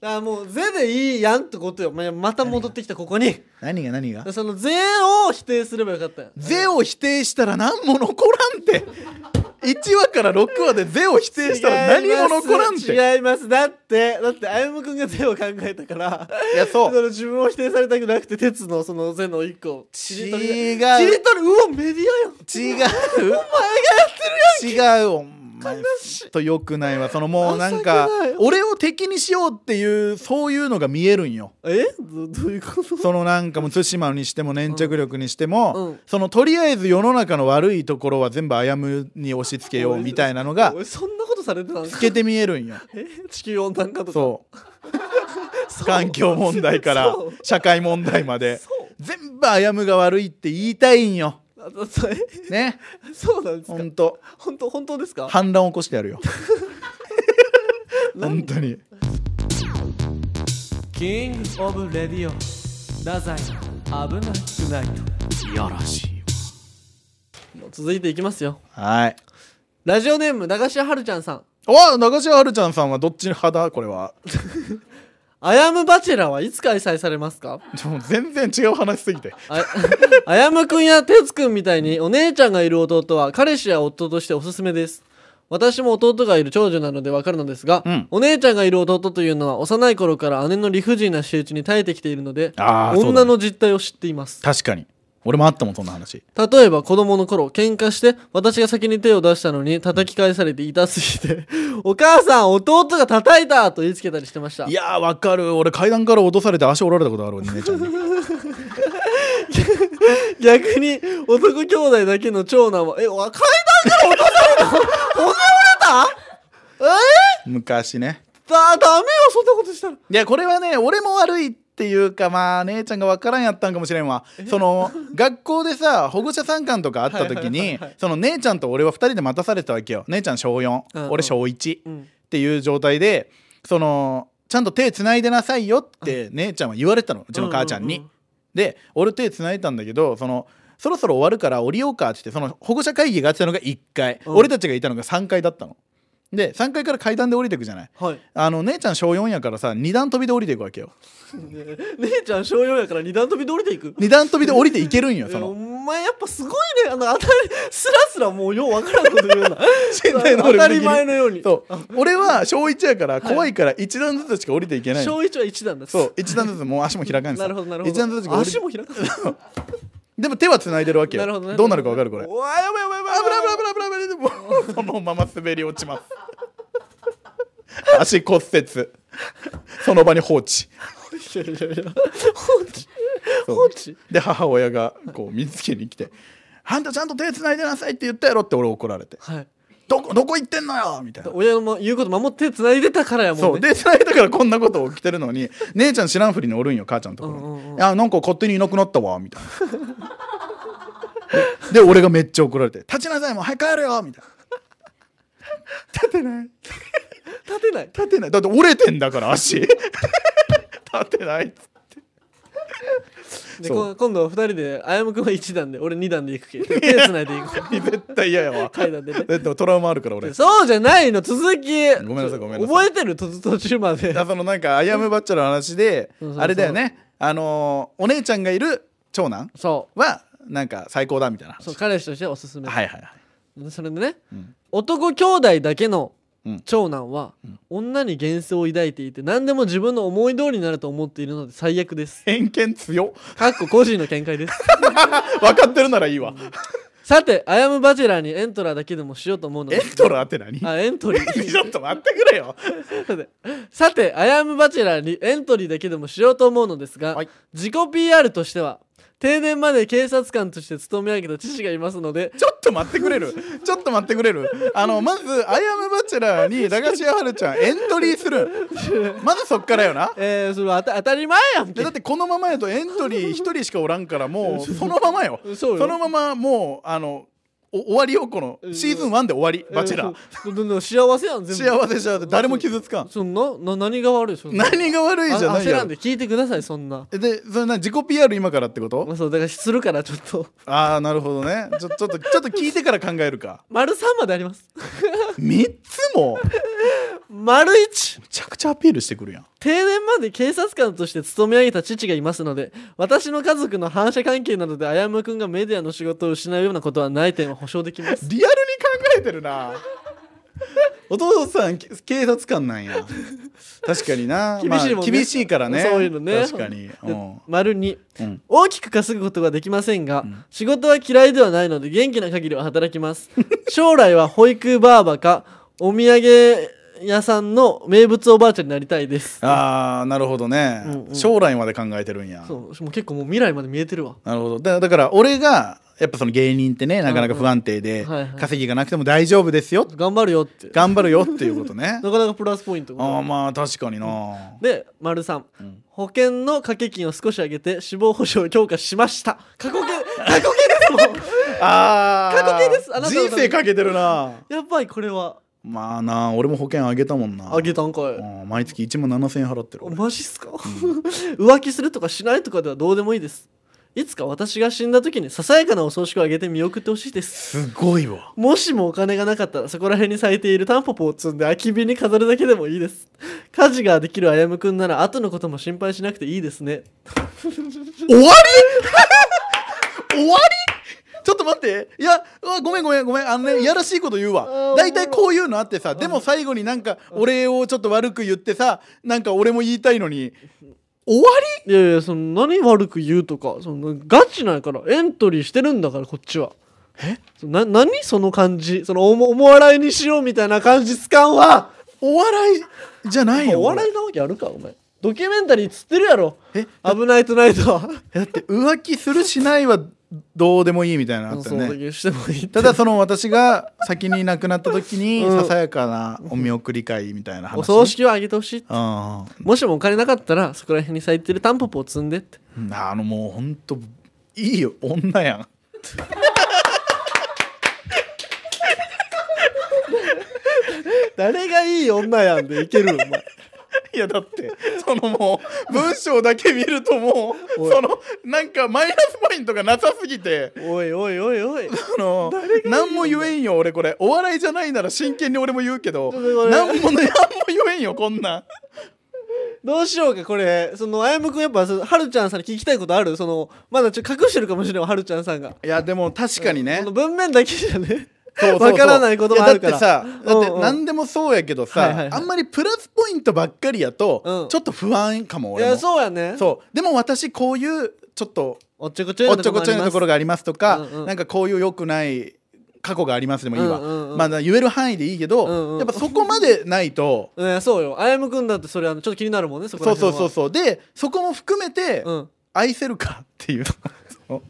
[SPEAKER 1] だからもう「ぜ」でいいやんってことよままた戻ってきたここに
[SPEAKER 2] 何が何が
[SPEAKER 1] その「ぜ」を否定すればよかったよ
[SPEAKER 2] 「ゼ」を否定したら何も残らんて1話から6話で「ゼ」を否定したら何も残らんて
[SPEAKER 1] 違いますだってだって歩夢君が「ぜ」を考えたから
[SPEAKER 2] いやそ
[SPEAKER 1] そうの自分を否定されたくなくて鉄のその「ぜ」の一個をちりとり
[SPEAKER 2] 違う
[SPEAKER 1] がちりとりうわメディアやん
[SPEAKER 2] 違う違うお前ちょっと良くないわそのもうなんか
[SPEAKER 1] 情けない
[SPEAKER 2] 俺を敵にしようっていうそういうのが見えるんよ
[SPEAKER 1] えどどういうこと
[SPEAKER 2] そのなんかもう対馬にしても粘着力にしても、
[SPEAKER 1] うん
[SPEAKER 2] そのとりあえず世の中の悪いところは全部あやむに押し付けようみたいなのが
[SPEAKER 1] おいそんなことされてたん
[SPEAKER 2] 透けて見える んよ
[SPEAKER 1] え地球温暖化とか
[SPEAKER 2] そう
[SPEAKER 1] そう
[SPEAKER 2] 環境問題から
[SPEAKER 1] そう
[SPEAKER 2] 社会問題まで
[SPEAKER 1] そう
[SPEAKER 2] 全部あやむが悪いって言いたいんよ
[SPEAKER 1] あだそうえ
[SPEAKER 2] ね
[SPEAKER 1] そうなんです
[SPEAKER 2] ほ
[SPEAKER 1] か
[SPEAKER 2] んと
[SPEAKER 1] 本当本当ですか
[SPEAKER 2] 反乱起こして やるよ
[SPEAKER 1] なん
[SPEAKER 2] 本当に
[SPEAKER 1] キングオブレディオ太宰危なくない
[SPEAKER 2] いやらしい
[SPEAKER 1] と続いていきますよ
[SPEAKER 2] はい
[SPEAKER 1] ラジオネーム駄菓子屋はるちゃんさん
[SPEAKER 2] お中島はるちゃんさんはどっち派だこれは
[SPEAKER 1] アヤムバチェラーはいつ開催されますか
[SPEAKER 2] でも全然違う話すぎて
[SPEAKER 1] あ あやむくんやてつくんみたいにお姉ちゃんがいる弟は彼氏や夫としておすすめです私も弟がいる長女なのでわかるのですが、
[SPEAKER 2] うん
[SPEAKER 1] お姉ちゃんがいる弟というのは幼い頃から姉の理不尽な仕打ちに耐えてきているので
[SPEAKER 2] あーそうだね
[SPEAKER 1] 女の実態を知っています
[SPEAKER 2] 確かに俺もあったもんそんな話
[SPEAKER 1] 例えば子供の頃喧嘩して私が先に手を出したのに叩き返されて痛すぎて 「お母さん弟が叩いた!」と言いつけたりしてました
[SPEAKER 2] いやーわかる俺階段から落とされて足折られたことあるお姉ちゃんに
[SPEAKER 1] 逆に男兄弟だけの長男は「えわ階段から落とされた骨折れたえ
[SPEAKER 2] 昔ね
[SPEAKER 1] ー、だダメよそんなことしたら
[SPEAKER 2] いやこれはね俺も悪いっていうかまあ姉ちゃんがわからんやったんかもしれんわその学校でさ保護者参観とかあった時
[SPEAKER 1] はいはい
[SPEAKER 2] に
[SPEAKER 1] はいはい
[SPEAKER 2] その姉ちゃんと俺は2人で待たされてたわけよ姉ちゃん小4、
[SPEAKER 1] うんうん
[SPEAKER 2] 俺小1、
[SPEAKER 1] うん
[SPEAKER 2] っていう状態でそのちゃんと手繋いでなさいよって姉ちゃんは言われてたのうちの母ちゃんに。
[SPEAKER 1] うんうんうん
[SPEAKER 2] で俺手繋いだんだけどそのそろそろ終わるから降りようかって言ってその保護者会議があってたのが1階、
[SPEAKER 1] うん
[SPEAKER 2] 俺たちがいたのが3階だったの。で3階から階段で降りてくじゃない。
[SPEAKER 1] はい
[SPEAKER 2] あの姉ちゃん小4やからさ2段飛びで降りていくわけよ。
[SPEAKER 1] ね姉ちゃん小4やから二段跳びで降りていく
[SPEAKER 2] 2段飛びで降りていけるんよ
[SPEAKER 1] い
[SPEAKER 2] そ
[SPEAKER 1] やお
[SPEAKER 2] の
[SPEAKER 1] 前やっぱすごいねあの当たりすらすらもうようわからんこと言う な
[SPEAKER 2] 身体能力的に
[SPEAKER 1] 当たり前のように
[SPEAKER 2] そう俺は小1やから怖いから1段ずつしか降りていけないの、
[SPEAKER 1] 小1は1段だ
[SPEAKER 2] そう1段ずつもう足も開かん
[SPEAKER 1] な
[SPEAKER 2] しさ
[SPEAKER 1] るほどなる
[SPEAKER 2] 一段
[SPEAKER 1] ほ
[SPEAKER 2] ずつし
[SPEAKER 1] ど
[SPEAKER 2] か降りて
[SPEAKER 1] 足も開かない
[SPEAKER 2] でも手は繋いでるわけよ
[SPEAKER 1] なるほどね
[SPEAKER 2] どうなるかわかるこれ
[SPEAKER 1] うわやばいやばいやばい
[SPEAKER 2] 危ない危ない危ない危ない危ないでもそのまま滑り落ちます足骨折その場に放置
[SPEAKER 1] いやいやいや放置
[SPEAKER 2] そう
[SPEAKER 1] 放置
[SPEAKER 2] で母親がこう見つけに来て「あんたちゃんと手繋いでなさいって言ったやろ」って俺怒られて
[SPEAKER 1] はい
[SPEAKER 2] 「どこどこ行ってんのよ」みたいな。
[SPEAKER 1] 親の言うこと守って繋いでたからやもんね
[SPEAKER 2] そうで繋いだからこんなこと起きてるのに姉ちゃん知らんふりにおるんよ母ちゃんのところに、
[SPEAKER 1] うんうんう
[SPEAKER 2] あなんか勝手にいなくなったわみたいなでで俺がめっちゃ怒られて「立ちなさいもう早く帰るよ」みたいな「立てない
[SPEAKER 1] 立てない
[SPEAKER 2] 立てないだって折れてんだから足立てないっつ
[SPEAKER 1] で
[SPEAKER 2] そう
[SPEAKER 1] こ今度は2人であやむくんは1段で俺2段で行くけ手繋いでいく
[SPEAKER 2] って絶対嫌やわ
[SPEAKER 1] 階段でね
[SPEAKER 2] だってトラウマあるから俺
[SPEAKER 1] そうじゃないの続き
[SPEAKER 2] ごめんなさいごめんなさい
[SPEAKER 1] 覚えてる途途中まで
[SPEAKER 2] だそのなんかアイアムバッチャーの話で
[SPEAKER 1] そうそうそう
[SPEAKER 2] あれだよねあのーお姉ちゃんがいる長男
[SPEAKER 1] そ
[SPEAKER 2] はなんか最高だみたいな
[SPEAKER 1] う
[SPEAKER 2] 話
[SPEAKER 1] そう彼氏としておすすめ
[SPEAKER 2] はいはいはい
[SPEAKER 1] それでね、
[SPEAKER 2] うん
[SPEAKER 1] 男兄弟だけの
[SPEAKER 2] うん
[SPEAKER 1] 長男は、女に幻想を抱いていて何でも自分の思い通りになると思っているので最悪です
[SPEAKER 2] 偏見強っ
[SPEAKER 1] かっこ個人の見解です
[SPEAKER 2] 分かってるならいい わ。
[SPEAKER 1] さて「アヤムバチェラー」にエントラーだけでもしようと思うの
[SPEAKER 2] エ
[SPEAKER 1] で
[SPEAKER 2] ントラーって何 ち
[SPEAKER 1] あエントリー
[SPEAKER 2] ょっと待ってくれよ。
[SPEAKER 1] さてさて「アヤムバチェラー」にエントリーだけでもしようと思うのですが、
[SPEAKER 2] はい
[SPEAKER 1] 自己 PR としては定年まで警察官として勤め上げた父がいますので
[SPEAKER 2] ちょっと待ってくれる。ちょっと待ってくれる。あの、まず、アイアムバチェラーに駄菓子屋はるちゃんエントリーする。まずそっからよな。
[SPEAKER 1] えー、それは当た当たり前やん
[SPEAKER 2] で
[SPEAKER 1] け
[SPEAKER 2] だってこのままやとエントリー1人しかおらんからもうそのままよ。
[SPEAKER 1] そうよ
[SPEAKER 2] そのままもう、あの、お終わりよこの
[SPEAKER 1] うん
[SPEAKER 2] シーズン1で終わりバチェラー
[SPEAKER 1] ーどんどん幸せやん全部
[SPEAKER 2] 幸せ幸せ誰も傷つかん
[SPEAKER 1] そんなな何が悪いそんな
[SPEAKER 2] 何が悪いじゃ
[SPEAKER 1] あ
[SPEAKER 2] ない
[SPEAKER 1] 焦ら
[SPEAKER 2] や
[SPEAKER 1] ん
[SPEAKER 2] ろ
[SPEAKER 1] で聞いてくださいそんな
[SPEAKER 2] えでそれな自己 PR 今からってこと
[SPEAKER 1] まあそうだからするからちょっと
[SPEAKER 2] ああなるほどねちょちょっとちょっと聞いてから考えるか
[SPEAKER 1] 丸三まであります
[SPEAKER 2] 3つも
[SPEAKER 1] 丸一
[SPEAKER 2] めちゃくちゃアピールしてくるやん
[SPEAKER 1] 定年まで警察官として勤め上げた父がいますので私の家族の反射関係などで歩夢君がメディアの仕事を失うようなことはない点は保証できます
[SPEAKER 2] リアルに考えてるなお父さんき警察官なんや確かにな
[SPEAKER 1] 厳しいもんね
[SPEAKER 2] まあ厳しいからね
[SPEAKER 1] そういうのね
[SPEAKER 2] 確かに、う
[SPEAKER 1] で
[SPEAKER 2] ん
[SPEAKER 1] 丸二
[SPEAKER 2] うん、
[SPEAKER 1] 大きく稼ぐことはできませんが、仕事は嫌いではないので元気な限りは働きます将来は保育バーバかお土産屋さんの名物おばあちゃんになりたいです
[SPEAKER 2] ああなるほどね、
[SPEAKER 1] うんうん
[SPEAKER 2] 将来まで考えてるんや
[SPEAKER 1] そうもう結構もう未来まで見えてるわ
[SPEAKER 2] なるほどだだから俺がやっぱその芸人ってねなかなか不安定で、
[SPEAKER 1] うんはいはい
[SPEAKER 2] 稼ぎがなくても大丈夫ですよ
[SPEAKER 1] 頑張るよって
[SPEAKER 2] 頑張るよっていうこ とね
[SPEAKER 1] なかなかプラスポイント
[SPEAKER 2] ああまあ確かにな
[SPEAKER 1] で丸3、
[SPEAKER 2] ん
[SPEAKER 1] 保険の掛け金を少し上げて死亡保障を強化しました過去形過去形ですもん
[SPEAKER 2] あー
[SPEAKER 1] 過去形ですあなたのため
[SPEAKER 2] 人生かけてるな
[SPEAKER 1] やばいこれは
[SPEAKER 2] まあな俺も保険上げたもんな
[SPEAKER 1] 上げたんかい
[SPEAKER 2] うん毎月1万7000円払ってる俺
[SPEAKER 1] マジっすか、 浮気するとかしないとかではどうでもいいですいつか私が死んだ時にささやかなお葬式をあげて見送ってほしいです
[SPEAKER 2] すごいわ
[SPEAKER 1] もしもお金がなかったらそこら辺に咲いているタンポポを摘んで空き瓶に飾るだけでもいいです家事ができるあやむくんなら後のことも心配しなくていいですね
[SPEAKER 2] 終わ り終わりちょっと待っていやうわごめんごめんごめんあのねいやらしいこと言う
[SPEAKER 1] う
[SPEAKER 2] わ
[SPEAKER 1] ん
[SPEAKER 2] 大体こういうのあってさでも最後になんかお礼をちょっと悪く言ってさなんか俺も言いたいのに終わ
[SPEAKER 1] いやいやその何悪く言うとかそのガチなんやからエントリーしてるんだからこっちは
[SPEAKER 2] え
[SPEAKER 1] そな何その感じそのおもおも笑いにしようみたいな感じつかんわ
[SPEAKER 2] りお笑いじゃないよ
[SPEAKER 1] お笑いなわけあるかお前ドキュメンタリーつってるやろ
[SPEAKER 2] え
[SPEAKER 1] 危ないトナイトは
[SPEAKER 2] だって浮気するしないは どうでもいいみたいなのあった
[SPEAKER 1] そ
[SPEAKER 2] よ
[SPEAKER 1] の
[SPEAKER 2] ね
[SPEAKER 1] 時してもいいって
[SPEAKER 2] ただその私が先に亡くなった時に
[SPEAKER 1] うん
[SPEAKER 2] ささやかなお見送り会みたいな話、ね、
[SPEAKER 1] お葬式をあげてほしい
[SPEAKER 2] うんあ
[SPEAKER 1] もしもお金なかったらそこら辺に咲いてるタンポポを摘んでって
[SPEAKER 2] のもうほんといい女やん
[SPEAKER 1] 誰がいい女やんでいけるお前
[SPEAKER 2] いやだってそのもう文章だけ見るとも
[SPEAKER 1] お
[SPEAKER 2] う
[SPEAKER 1] い
[SPEAKER 2] そのなんかマイナスポイントがなさすぎて
[SPEAKER 1] おいおいおいおい
[SPEAKER 2] その何も言えんよ俺これお笑いじゃないなら真剣に俺も言うけど
[SPEAKER 1] ちょっとこれ
[SPEAKER 2] 何も,、 何も言えんよこんなん
[SPEAKER 1] どうしようかこれそのあやむくんやっぱそのはるちゃんさんに聞きたいことあるそのまだちょっと隠してるかもしれんわはるちゃんさんが
[SPEAKER 2] いやでも確かにね、
[SPEAKER 1] その文面だけじゃね
[SPEAKER 2] そうそうそう
[SPEAKER 1] わからないこともあるから
[SPEAKER 2] いやだってさだって
[SPEAKER 1] うんうん
[SPEAKER 2] 何でもそうやけどさ、
[SPEAKER 1] はいはいはい
[SPEAKER 2] あんまりプラスポイントばっかりやと、
[SPEAKER 1] うん
[SPEAKER 2] ちょっと不安か
[SPEAKER 1] い
[SPEAKER 2] も俺も
[SPEAKER 1] やそうやね
[SPEAKER 2] そうでも私こういうちょっと
[SPEAKER 1] おっちょこちょい
[SPEAKER 2] お
[SPEAKER 1] の
[SPEAKER 2] っちょこちょいのところ
[SPEAKER 1] が
[SPEAKER 2] がありますとか、
[SPEAKER 1] うんうん
[SPEAKER 2] なんかこういう良くない過去がありますでもいいわ、
[SPEAKER 1] うんうんうん
[SPEAKER 2] まあ言える範囲でいいけど、
[SPEAKER 1] うんうん
[SPEAKER 2] やっぱそこまでないと、
[SPEAKER 1] うんそうよあやむくんだってそれあのちょっと気になるもんねそこ
[SPEAKER 2] そ
[SPEAKER 1] ら
[SPEAKER 2] うそう
[SPEAKER 1] 辺は
[SPEAKER 2] そうそうでそこも含めて、
[SPEAKER 1] うん
[SPEAKER 2] 愛せるかっていうそう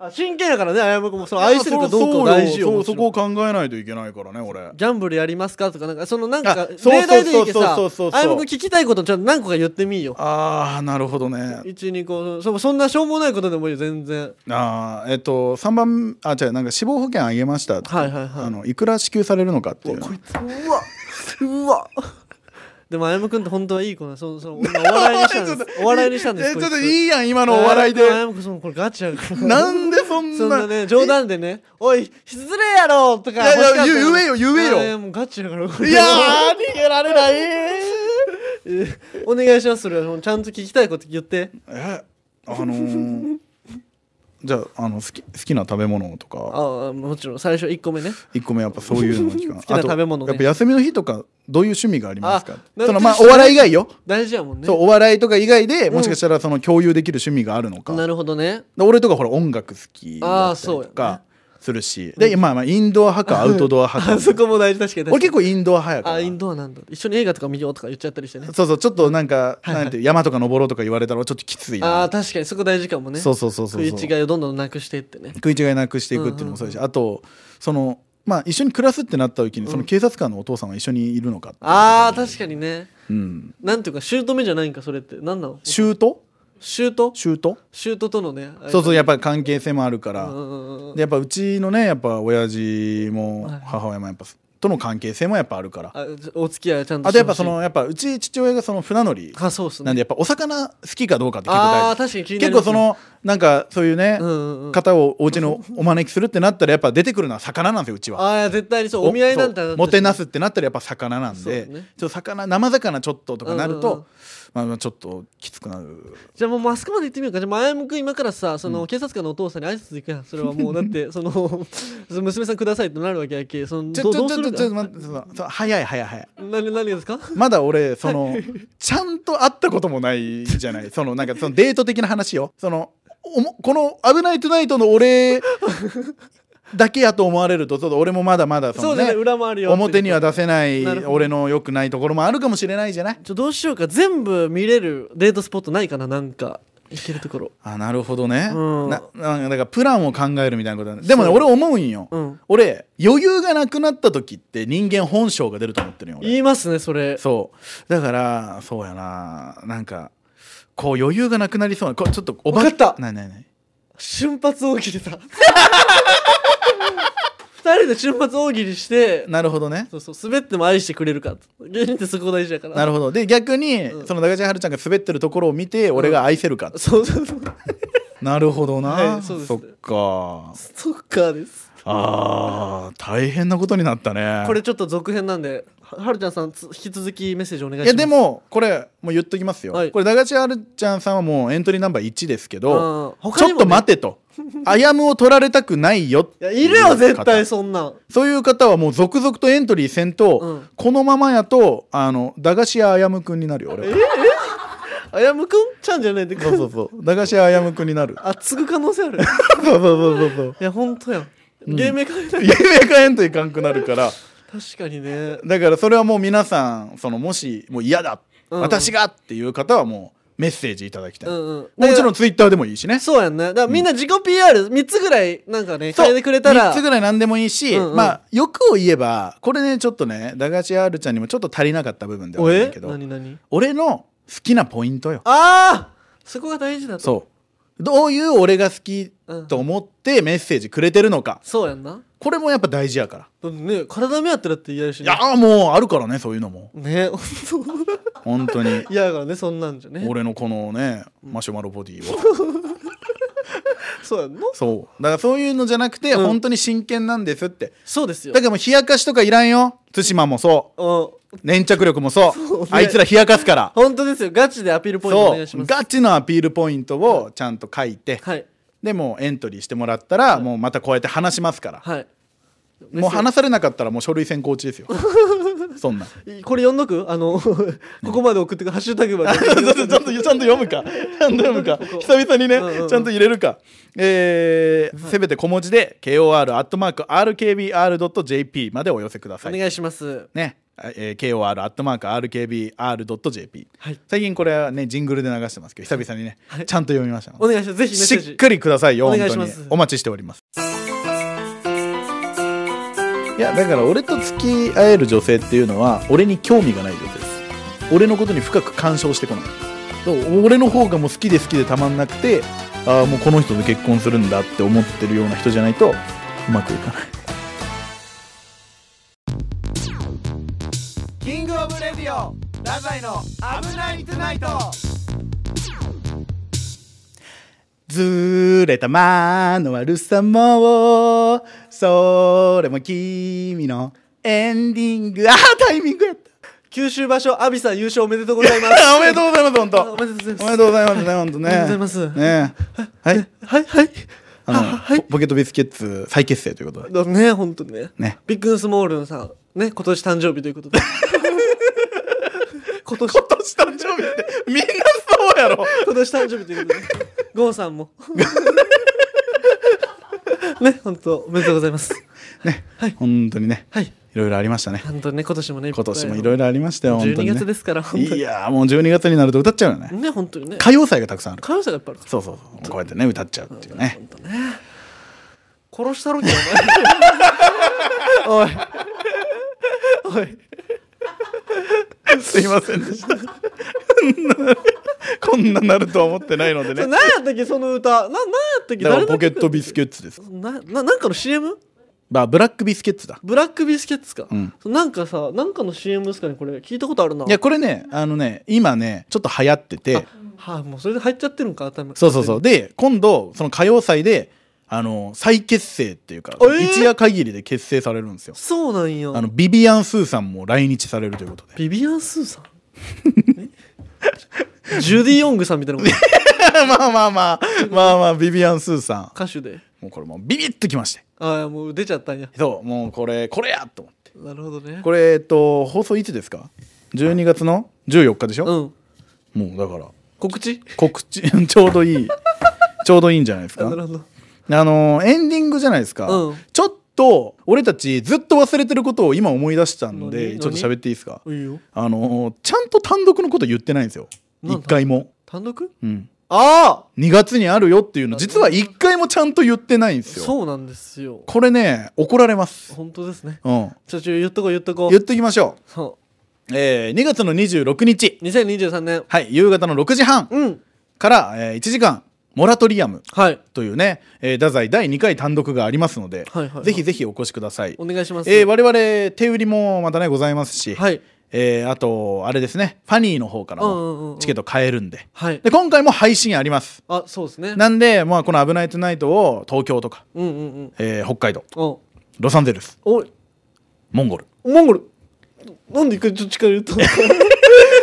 [SPEAKER 1] あ真剣やからねあやむく んもその愛してるかどうかも
[SPEAKER 2] いや
[SPEAKER 1] 大事よ
[SPEAKER 2] そう
[SPEAKER 1] も
[SPEAKER 2] そ
[SPEAKER 1] ち
[SPEAKER 2] う
[SPEAKER 1] ろ
[SPEAKER 2] そ
[SPEAKER 1] ん
[SPEAKER 2] こを考えないといけないからね俺
[SPEAKER 1] ギャンブルやりますかとかなんかそのなん
[SPEAKER 2] あ
[SPEAKER 1] か
[SPEAKER 2] そう
[SPEAKER 1] 例題でいいけどさ
[SPEAKER 2] そうそうそうそうそう
[SPEAKER 1] あやむくん聞きたいことちょっと何個か言ってみいよ
[SPEAKER 2] ああなるほどね
[SPEAKER 1] 一二個そそんなしょうもないことでもいいよ全然
[SPEAKER 2] あーえっと3番あ違うなんか死亡保険あげましたって、
[SPEAKER 1] はいはいはい
[SPEAKER 2] あのいくら支給されるのかっていう
[SPEAKER 1] こいつう わう わでもあやむくんって本当はいい子なそそのお笑いにし たんですお笑いにしたんです
[SPEAKER 2] えち
[SPEAKER 1] こ
[SPEAKER 2] ょっ
[SPEAKER 1] いつ
[SPEAKER 2] といいやん今のお笑 いで
[SPEAKER 1] あやむくんそのこれガチやから
[SPEAKER 2] なんでそんな
[SPEAKER 1] そんなね冗談でね「おい失礼やろ!」とか
[SPEAKER 2] いやい
[SPEAKER 1] 欲
[SPEAKER 2] や
[SPEAKER 1] しかったの
[SPEAKER 2] 言えよ言えよ
[SPEAKER 1] いやいやもうガチやからこれ
[SPEAKER 2] いやー逃げられない
[SPEAKER 1] え お願いしますそれはちゃんと聞きたいこと言って
[SPEAKER 2] えあのー、 じゃああの好き好きな食べ物とか
[SPEAKER 1] ああもちろん最初1個目ね
[SPEAKER 2] 一個目やっぱそういうのに聞か
[SPEAKER 1] 好きな食べ物ね
[SPEAKER 2] あとやっぱ休みの日とかどういう趣味がありますか
[SPEAKER 1] あ
[SPEAKER 2] そのまあ
[SPEAKER 1] なん
[SPEAKER 2] お
[SPEAKER 1] か
[SPEAKER 2] 笑い以外よ、
[SPEAKER 1] 大事やもんね
[SPEAKER 2] そうお笑いとか以外でもしかしたらその共有できる趣味があるのか、
[SPEAKER 1] なるほどね
[SPEAKER 2] で俺とかほら音楽好き
[SPEAKER 1] あ
[SPEAKER 2] だ
[SPEAKER 1] ー
[SPEAKER 2] った
[SPEAKER 1] そう
[SPEAKER 2] り
[SPEAKER 1] や
[SPEAKER 2] と
[SPEAKER 1] ね
[SPEAKER 2] かするし、でまあまあインドア 派かアウトドア派
[SPEAKER 1] あ
[SPEAKER 2] か
[SPEAKER 1] そこも大事確かに確かに
[SPEAKER 2] 俺結構インドア派やから
[SPEAKER 1] あインドアなんだ一緒に映画とか見ようとか言っちゃったりしてね
[SPEAKER 2] そうそうちょっとなんか、
[SPEAKER 1] いはい
[SPEAKER 2] なんていう山とか登ろうとか言われたらちょっときつい
[SPEAKER 1] あ
[SPEAKER 2] な
[SPEAKER 1] あ確かにそこ大事かもね
[SPEAKER 2] そうそうそうそうそう
[SPEAKER 1] 食い違いをどんどんなくしていってね
[SPEAKER 2] 食い違いなくしていくっていうのもそうだし、あとそのまあ一緒に暮らすってなった時にその警察官のお父さんは一緒にいるのかっていう
[SPEAKER 1] あー確かにね
[SPEAKER 2] うん
[SPEAKER 1] なんていうか姑じゃないんかそれって何なの
[SPEAKER 2] シュート
[SPEAKER 1] シュート
[SPEAKER 2] シュート
[SPEAKER 1] シュートとのね
[SPEAKER 2] そうそうやっぱり関係性もあるから、
[SPEAKER 1] うんうんうんうん
[SPEAKER 2] でやっぱうちのねやっぱ親父も
[SPEAKER 1] はい
[SPEAKER 2] 母親もやっぱとの関係性もやっぱあるから
[SPEAKER 1] あお付き合いはちゃんとし
[SPEAKER 2] あと
[SPEAKER 1] て
[SPEAKER 2] やっ
[SPEAKER 1] ほ
[SPEAKER 2] ぱ
[SPEAKER 1] しい
[SPEAKER 2] そのやっぱうち父親がその船乗り
[SPEAKER 1] あそうっす
[SPEAKER 2] なん
[SPEAKER 1] ね
[SPEAKER 2] でやっぱお魚好きかどうかって結構
[SPEAKER 1] あ
[SPEAKER 2] 大
[SPEAKER 1] あ
[SPEAKER 2] 事
[SPEAKER 1] 確かに気にな
[SPEAKER 2] 結
[SPEAKER 1] りま
[SPEAKER 2] 構
[SPEAKER 1] す
[SPEAKER 2] そのなんかそういうね、
[SPEAKER 1] うんうんうん
[SPEAKER 2] 方をお家のお招きするってなったらやっぱ出てくるのは魚なんですようちは。
[SPEAKER 1] ああ絶対にそうお見合いなんて
[SPEAKER 2] そう
[SPEAKER 1] な
[SPEAKER 2] もてな
[SPEAKER 1] す
[SPEAKER 2] すってなったらやっぱ魚なん
[SPEAKER 1] そう
[SPEAKER 2] で、
[SPEAKER 1] ね
[SPEAKER 2] ちょっと魚生魚ちょっととかなる
[SPEAKER 1] うんうんうん
[SPEAKER 2] と、まあまあちょっときつくなる
[SPEAKER 1] じゃあもうマスクまで行ってみようかじゃあ前向く今からさその警察官のお父さんに挨拶行くやんそれはもうだってそのその娘さんくださいってなるわけやけその
[SPEAKER 2] ちょ
[SPEAKER 1] ど
[SPEAKER 2] ち
[SPEAKER 1] ど
[SPEAKER 2] ょ
[SPEAKER 1] う
[SPEAKER 2] ち
[SPEAKER 1] す
[SPEAKER 2] ょちょ
[SPEAKER 1] る
[SPEAKER 2] ちょ
[SPEAKER 1] か
[SPEAKER 2] 待ってそのその早い早い早い
[SPEAKER 1] 何何ですか
[SPEAKER 2] まだ俺そのちゃんと会ったこともないじゃないそのなんかそのデート的な話よそのおもこの「危ないトゥナイト」の俺だけやと思われるとちょっと俺もまだまだそ
[SPEAKER 1] そ
[SPEAKER 2] の
[SPEAKER 1] うだね
[SPEAKER 2] ね
[SPEAKER 1] 裏もあるよ
[SPEAKER 2] 表には出せない
[SPEAKER 1] なるほど
[SPEAKER 2] 俺の良くないところもあるかもしれないじゃない
[SPEAKER 1] ちょどうしようか全部見れるデートスポットないかななんか行けるところ
[SPEAKER 2] あなるほどね、
[SPEAKER 1] うん
[SPEAKER 2] ななんかだからプランを考えるみたいなことなんだでもね
[SPEAKER 1] そう
[SPEAKER 2] 俺思うんよ、
[SPEAKER 1] うん
[SPEAKER 2] 俺余裕がなくなった時って人間本性が出ると思ってるよ俺
[SPEAKER 1] 言いますねそれ
[SPEAKER 2] そうだからそうやななんかこう余裕がなくなりそうなこちょっとお
[SPEAKER 1] わかった
[SPEAKER 2] ないないない
[SPEAKER 1] 瞬発大喜利さ 二人で瞬発大喜利して
[SPEAKER 2] なるほどね
[SPEAKER 1] そうそう滑っても愛してくれるか芸人ってそこ大事だから
[SPEAKER 2] なるほどで逆に、
[SPEAKER 1] ん
[SPEAKER 2] その駄菓子屋はるちゃんが滑ってるところを見て俺が愛せるか、
[SPEAKER 1] そうそうそう
[SPEAKER 2] なるほどな、
[SPEAKER 1] はいそうです
[SPEAKER 2] そっか
[SPEAKER 1] そっかです
[SPEAKER 2] あー大変なことになったね
[SPEAKER 1] これちょっと続編なんでははるちゃんさんつ引き続きメッセージお願いし
[SPEAKER 2] い
[SPEAKER 1] ます
[SPEAKER 2] やでもこれもう言っときますよ、
[SPEAKER 1] はい
[SPEAKER 2] これ駄菓子屋はるちゃんさんはもうエントリーナンバー1ですけど、
[SPEAKER 1] うん
[SPEAKER 2] ち
[SPEAKER 1] 他
[SPEAKER 2] ょ
[SPEAKER 1] に
[SPEAKER 2] っ
[SPEAKER 1] もね
[SPEAKER 2] と待 てとアヤムを取られたくないよ
[SPEAKER 1] いやいるよ絶
[SPEAKER 2] 方
[SPEAKER 1] 対そんなん
[SPEAKER 2] そういう方はもう続々とエントリーせんと、
[SPEAKER 1] うん
[SPEAKER 2] このままやとあの駄菓子屋あやむくんになるよ俺は
[SPEAKER 1] あやむくんちゃんじゃないで
[SPEAKER 2] そうそうそう駄菓子屋あやむくんになる
[SPEAKER 1] あ継ぐ可能性 ある
[SPEAKER 2] そうそうそうそう
[SPEAKER 1] いやほんとやん芸名変えた
[SPEAKER 2] そう
[SPEAKER 1] い
[SPEAKER 2] 夢かエントリーかんくなるから
[SPEAKER 1] 確かにね
[SPEAKER 2] だからそれはもう皆さんそのもしもう嫌だ、
[SPEAKER 1] うん
[SPEAKER 2] 私がっていう方はもうメッセージいただきたい、
[SPEAKER 1] うんうん
[SPEAKER 2] もちろ
[SPEAKER 1] ん
[SPEAKER 2] んツイッターでもいいしね
[SPEAKER 1] そうやんねだからみんな自己 PR3 つぐらいなんかね
[SPEAKER 2] そう
[SPEAKER 1] 変えてくれたら
[SPEAKER 2] 3つぐらい何でもいいし、
[SPEAKER 1] うんうん
[SPEAKER 2] まあ欲を言えばこれねちょっとね駄菓子屋あるちゃんにもちょっと足りなかった部分ではあ
[SPEAKER 1] お
[SPEAKER 2] るんだ
[SPEAKER 1] え
[SPEAKER 2] けど
[SPEAKER 1] 何何
[SPEAKER 2] 俺の好きなポイントよ
[SPEAKER 1] ああそこが大事だと
[SPEAKER 2] そうどういう俺が好きと思ってメッセージくれてるのか、
[SPEAKER 1] そうやんな
[SPEAKER 2] これもやっぱ大事やから、
[SPEAKER 1] だってね体目合ってだって嫌やし
[SPEAKER 2] い
[SPEAKER 1] ね
[SPEAKER 2] やーもうあるからねそういうのも
[SPEAKER 1] ね ほんと
[SPEAKER 2] 本当 に
[SPEAKER 1] 嫌やからねそんなんじゃね
[SPEAKER 2] 俺のこのねマシュマロボディを
[SPEAKER 1] そうやんの
[SPEAKER 2] そうだからそういうのじゃなくて、
[SPEAKER 1] うん
[SPEAKER 2] 本当に真剣なんですって
[SPEAKER 1] そうですよ
[SPEAKER 2] だからもう冷やかしとかいらんよ対馬もそ
[SPEAKER 1] うん
[SPEAKER 2] う粘着力もそう
[SPEAKER 1] うね
[SPEAKER 2] あいつら冷やかすから
[SPEAKER 1] 本当ですよガチでアピールポイントお願いし
[SPEAKER 2] そ
[SPEAKER 1] ま
[SPEAKER 2] う
[SPEAKER 1] す
[SPEAKER 2] ガチのアピールポイントをちゃんと書いて、
[SPEAKER 1] はい
[SPEAKER 2] でもうエントリーしてもらったら、もうまたこうやって話しますから、
[SPEAKER 1] はい
[SPEAKER 2] もう話されなかったらもう書類選考中です よそんなん
[SPEAKER 1] これ読んどくあの ここまで送ってくハッシュタグ まで
[SPEAKER 2] ちょっとちゃんとちゃんと読むか。ちゃんと読むか。久々にね、
[SPEAKER 1] うんうん
[SPEAKER 2] ちゃんと入れるか。えーせめて小文字で kor.rkbr.jp までお寄せくださ
[SPEAKER 1] お
[SPEAKER 2] い。
[SPEAKER 1] 願いします
[SPEAKER 2] ね。えー kor.rkbr.jp。
[SPEAKER 1] はい
[SPEAKER 2] 最近これはね、ジングルで流してますけど、久々にね、ちゃんと読みましたの
[SPEAKER 1] お
[SPEAKER 2] で。
[SPEAKER 1] 願いしますぜひメッ
[SPEAKER 2] し
[SPEAKER 1] セージ
[SPEAKER 2] っかりくださいよ、
[SPEAKER 1] お
[SPEAKER 2] 本
[SPEAKER 1] 願い
[SPEAKER 2] 当
[SPEAKER 1] しま
[SPEAKER 2] に
[SPEAKER 1] す。
[SPEAKER 2] お待ちしております。いや、だから俺と付き合える女性っていうのは、俺に興味がない女性です。俺のことに深く干渉してこない。そう俺の方がもう好きで好きでたまんなくて、ああ、もうこの人と結婚するんだって思ってるような人じゃないと、うまくいかない。キングオブレディオ、ラザイの危ないトゥナイトずーれた間の悪さもそれも君のエンディングあータイミングやった
[SPEAKER 1] 九州場所阿ビさん優勝おめでとうございます
[SPEAKER 2] おめでとうございます本
[SPEAKER 1] あ
[SPEAKER 2] 当
[SPEAKER 1] おめでとうございます
[SPEAKER 2] おめでとうございますね本当ね
[SPEAKER 1] おめでとうございます
[SPEAKER 2] ねはい
[SPEAKER 1] はいはい
[SPEAKER 2] あ
[SPEAKER 1] は
[SPEAKER 2] の、
[SPEAKER 1] はい
[SPEAKER 2] ポポケットビスケッツ再結成ということで
[SPEAKER 1] だね本当ね
[SPEAKER 2] ね
[SPEAKER 1] ビッグンスモールンさんね今年誕生日ということ で今年今
[SPEAKER 2] 年誕生日ってみんなそうやろ
[SPEAKER 1] 年誕生日ということでゴーさん もね本当おめでとうございます
[SPEAKER 2] ね、本当にね、
[SPEAKER 1] はい
[SPEAKER 2] い、ろいろありましたね
[SPEAKER 1] 本当にね今年もね
[SPEAKER 2] 今年もいろい
[SPEAKER 1] ろ
[SPEAKER 2] ろありましたよ本当
[SPEAKER 1] 12
[SPEAKER 2] に、ね、
[SPEAKER 1] 月ですから本当
[SPEAKER 2] いやーもう12月になると歌っちゃうよね
[SPEAKER 1] にね本当にね
[SPEAKER 2] 歌謡祭がたくさんある
[SPEAKER 1] 歌謡祭がやっぱあるか
[SPEAKER 2] そうそうそうこうやってね歌っちゃうっていうね
[SPEAKER 1] ら殺 したろけお前 おいおい
[SPEAKER 2] すいませんでした。こんななるとは思ってないので
[SPEAKER 1] それ
[SPEAKER 2] ね。
[SPEAKER 1] 何やったっけその歌な何やったっけ
[SPEAKER 2] だから
[SPEAKER 1] 誰
[SPEAKER 2] ポケット
[SPEAKER 1] ビ
[SPEAKER 2] ビスケッツです。
[SPEAKER 1] なななんかの CM?
[SPEAKER 2] まあ、ブラックビスケッツだ。
[SPEAKER 1] ブラックビスケッツか、
[SPEAKER 2] うん
[SPEAKER 1] そうなんかさなんかの CM ですかねこれ聞いたことあるない
[SPEAKER 2] や、これね、あのね、今ね、ちょっと流行ってて、
[SPEAKER 1] はい、もうそれで入っちゃってるんか頭
[SPEAKER 2] そうそうそう。で、今度、その歌謡祭で、あの、再結成っていうか、
[SPEAKER 1] えー
[SPEAKER 2] 一夜限りで結成されるんですよ。
[SPEAKER 1] そうなんや
[SPEAKER 2] あの、ビビアン・スーさんも来日されるという ことで。
[SPEAKER 1] ビビアン・スー さんえジュディ・ヨングさんみたいなこと
[SPEAKER 2] まあまあまあ、まあまあ、ビビアン・スーさん。
[SPEAKER 1] 歌手で
[SPEAKER 2] もうこれもうビビッときまして。
[SPEAKER 1] ああもう出ちゃったんや
[SPEAKER 2] そう、もうこれ、これやと思って。
[SPEAKER 1] なるほどね
[SPEAKER 2] これ、えっと、放送いつですか ?12 月の14日でしょ、
[SPEAKER 1] うん
[SPEAKER 2] もうだから、
[SPEAKER 1] 告知
[SPEAKER 2] 告知、 ちょうどいい、ちょうどいいんじゃないです
[SPEAKER 1] な
[SPEAKER 2] か。
[SPEAKER 1] るほど
[SPEAKER 2] あのーエンディングじゃないですか、
[SPEAKER 1] うん
[SPEAKER 2] ちょっと俺たちずっと忘れてることを今思い出したので
[SPEAKER 1] 何
[SPEAKER 2] ちょっと喋っていいですか
[SPEAKER 1] いいよ
[SPEAKER 2] あのーちゃんと単独のこと言ってないんですよ
[SPEAKER 1] なん
[SPEAKER 2] 一
[SPEAKER 1] だ
[SPEAKER 2] 回も、
[SPEAKER 1] 単独
[SPEAKER 2] うん、
[SPEAKER 1] ああ
[SPEAKER 2] 2月にあるよっていうの
[SPEAKER 1] あ
[SPEAKER 2] 実は一回もちゃんと言ってないんですよ
[SPEAKER 1] そうなんですよ
[SPEAKER 2] これね怒られます、
[SPEAKER 1] 本当ですね
[SPEAKER 2] うん、
[SPEAKER 1] ちょちょ言っとこう言っとこ
[SPEAKER 2] 言っ
[SPEAKER 1] う
[SPEAKER 2] ときましょ、
[SPEAKER 1] そう
[SPEAKER 2] えー、2月の26日
[SPEAKER 1] う2023年
[SPEAKER 2] はい夕方の6時半
[SPEAKER 1] うん
[SPEAKER 2] から、えー1時間モラトリアム
[SPEAKER 1] はい
[SPEAKER 2] というね、えー、太宰第2回単独がありますので、
[SPEAKER 1] はいはいはい
[SPEAKER 2] ぜひぜひお越しください
[SPEAKER 1] お願いします
[SPEAKER 2] えー、我々手売りもまたねございますし、
[SPEAKER 1] はい
[SPEAKER 2] えーあとあれですねファニーの方から
[SPEAKER 1] うんうんう
[SPEAKER 2] も
[SPEAKER 1] ん
[SPEAKER 2] チケット買えるんで,、
[SPEAKER 1] はい
[SPEAKER 2] で今回も配信あります
[SPEAKER 1] あそうですね
[SPEAKER 2] なんで、まあ、この「危ないトゥナイト」を東京とか、
[SPEAKER 1] うんうんうん
[SPEAKER 2] えー北海道
[SPEAKER 1] お
[SPEAKER 2] ロサンゼルス
[SPEAKER 1] おい
[SPEAKER 2] モンゴル
[SPEAKER 1] モンゴルなんで一回ちょっと 近寄ったの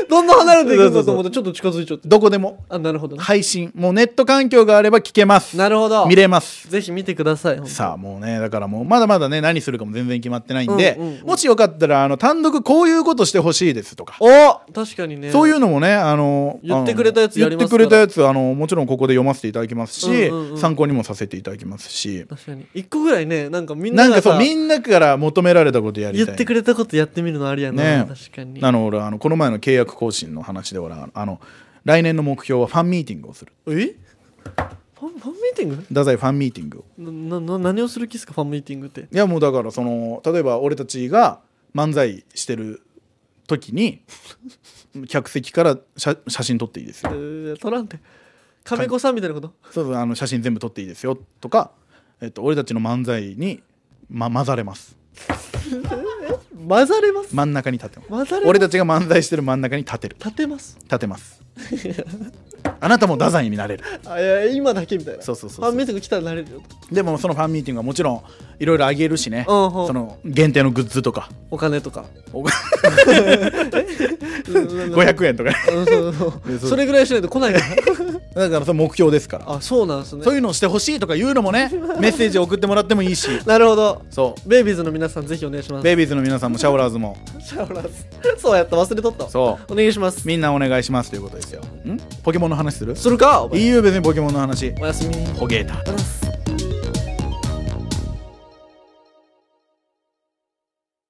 [SPEAKER 1] どんな離れていくんだと思ってちょっと近づいちゃって
[SPEAKER 2] どこでも
[SPEAKER 1] あなるほどね
[SPEAKER 2] 配信もうネット環境があれば聞けます
[SPEAKER 1] なるほど
[SPEAKER 2] 見れます
[SPEAKER 1] ぜひ見てください
[SPEAKER 2] さあもうねだからもうまだまだね何するかも全然決まってないんで、
[SPEAKER 1] うんうんうん
[SPEAKER 2] もしよかったらあの単独こういうことしてほしいですとか
[SPEAKER 1] あお確かにね
[SPEAKER 2] そういう
[SPEAKER 1] う
[SPEAKER 2] のもね、あの
[SPEAKER 1] 言ってくれたやつやります
[SPEAKER 2] 言って
[SPEAKER 1] から
[SPEAKER 2] くれたやつあのもちろんここで読ませていただきますし、
[SPEAKER 1] うんうんうん
[SPEAKER 2] 参考にもさせていただきますし、
[SPEAKER 1] 確かに一個ぐらいねなんかみん
[SPEAKER 2] な
[SPEAKER 1] なんが
[SPEAKER 2] かそ
[SPEAKER 1] さ
[SPEAKER 2] うみんなから求められたことやりたい。
[SPEAKER 1] 言ってくれたことやってみるのありやな
[SPEAKER 2] ね
[SPEAKER 1] 確かに
[SPEAKER 2] あの俺あのこの前の契約更新の話で俺あのあの来年の目標はファンミーティングをする。
[SPEAKER 1] えファンファンミーティング
[SPEAKER 2] 太宰ファンミーティングを。
[SPEAKER 1] なな何をする気ですかファンミーティングって
[SPEAKER 2] いやもうだからその例えば俺たちが漫才してる時 に客席から写写真撮っていいですよ
[SPEAKER 1] え。ー取らんて亀子さんみたいなこと
[SPEAKER 2] そうそうあの写真全部撮っていいですよとか、えっと、俺たちの漫才に、ま、混ざれます
[SPEAKER 1] 混ざれます
[SPEAKER 2] 真ん中に立てます
[SPEAKER 1] 混ざれます
[SPEAKER 2] 俺たちが漫才してる真ん中に立てる
[SPEAKER 1] 立てます
[SPEAKER 2] 立てます あなたも太宰になれる
[SPEAKER 1] あいや今だけみたいな
[SPEAKER 2] そうそうそう
[SPEAKER 1] ファンミーティング来たらなれるよ
[SPEAKER 2] でもそのファンミーティングはもちろんいろいろあげるしね、
[SPEAKER 1] うんうん
[SPEAKER 2] その限定のグッズとか
[SPEAKER 1] お金とか
[SPEAKER 2] お
[SPEAKER 1] 500
[SPEAKER 2] 500円とかね
[SPEAKER 1] そうそう
[SPEAKER 2] いや
[SPEAKER 1] そ
[SPEAKER 2] そ
[SPEAKER 1] う
[SPEAKER 2] う
[SPEAKER 1] それぐらいしないと来ないから
[SPEAKER 2] だからその目標ですから
[SPEAKER 1] あそうなんですね
[SPEAKER 2] そういうのをしてほしいとかいうのもねメッセージを送ってもらってもいいし
[SPEAKER 1] なるほど
[SPEAKER 2] そ
[SPEAKER 1] ベイビーズの皆さんぜひお願いしま
[SPEAKER 2] う
[SPEAKER 1] す
[SPEAKER 2] ベイビーズの皆さんもシャオラーズも
[SPEAKER 1] シャオラーズそうやった忘れとった
[SPEAKER 2] そ
[SPEAKER 1] お願いします
[SPEAKER 2] うみんなお願いしますということですよんポケモンの話する
[SPEAKER 1] するかお前
[SPEAKER 2] いいよ別にポケモンの話
[SPEAKER 1] おやすみ
[SPEAKER 2] ホゲータ
[SPEAKER 1] おやすみ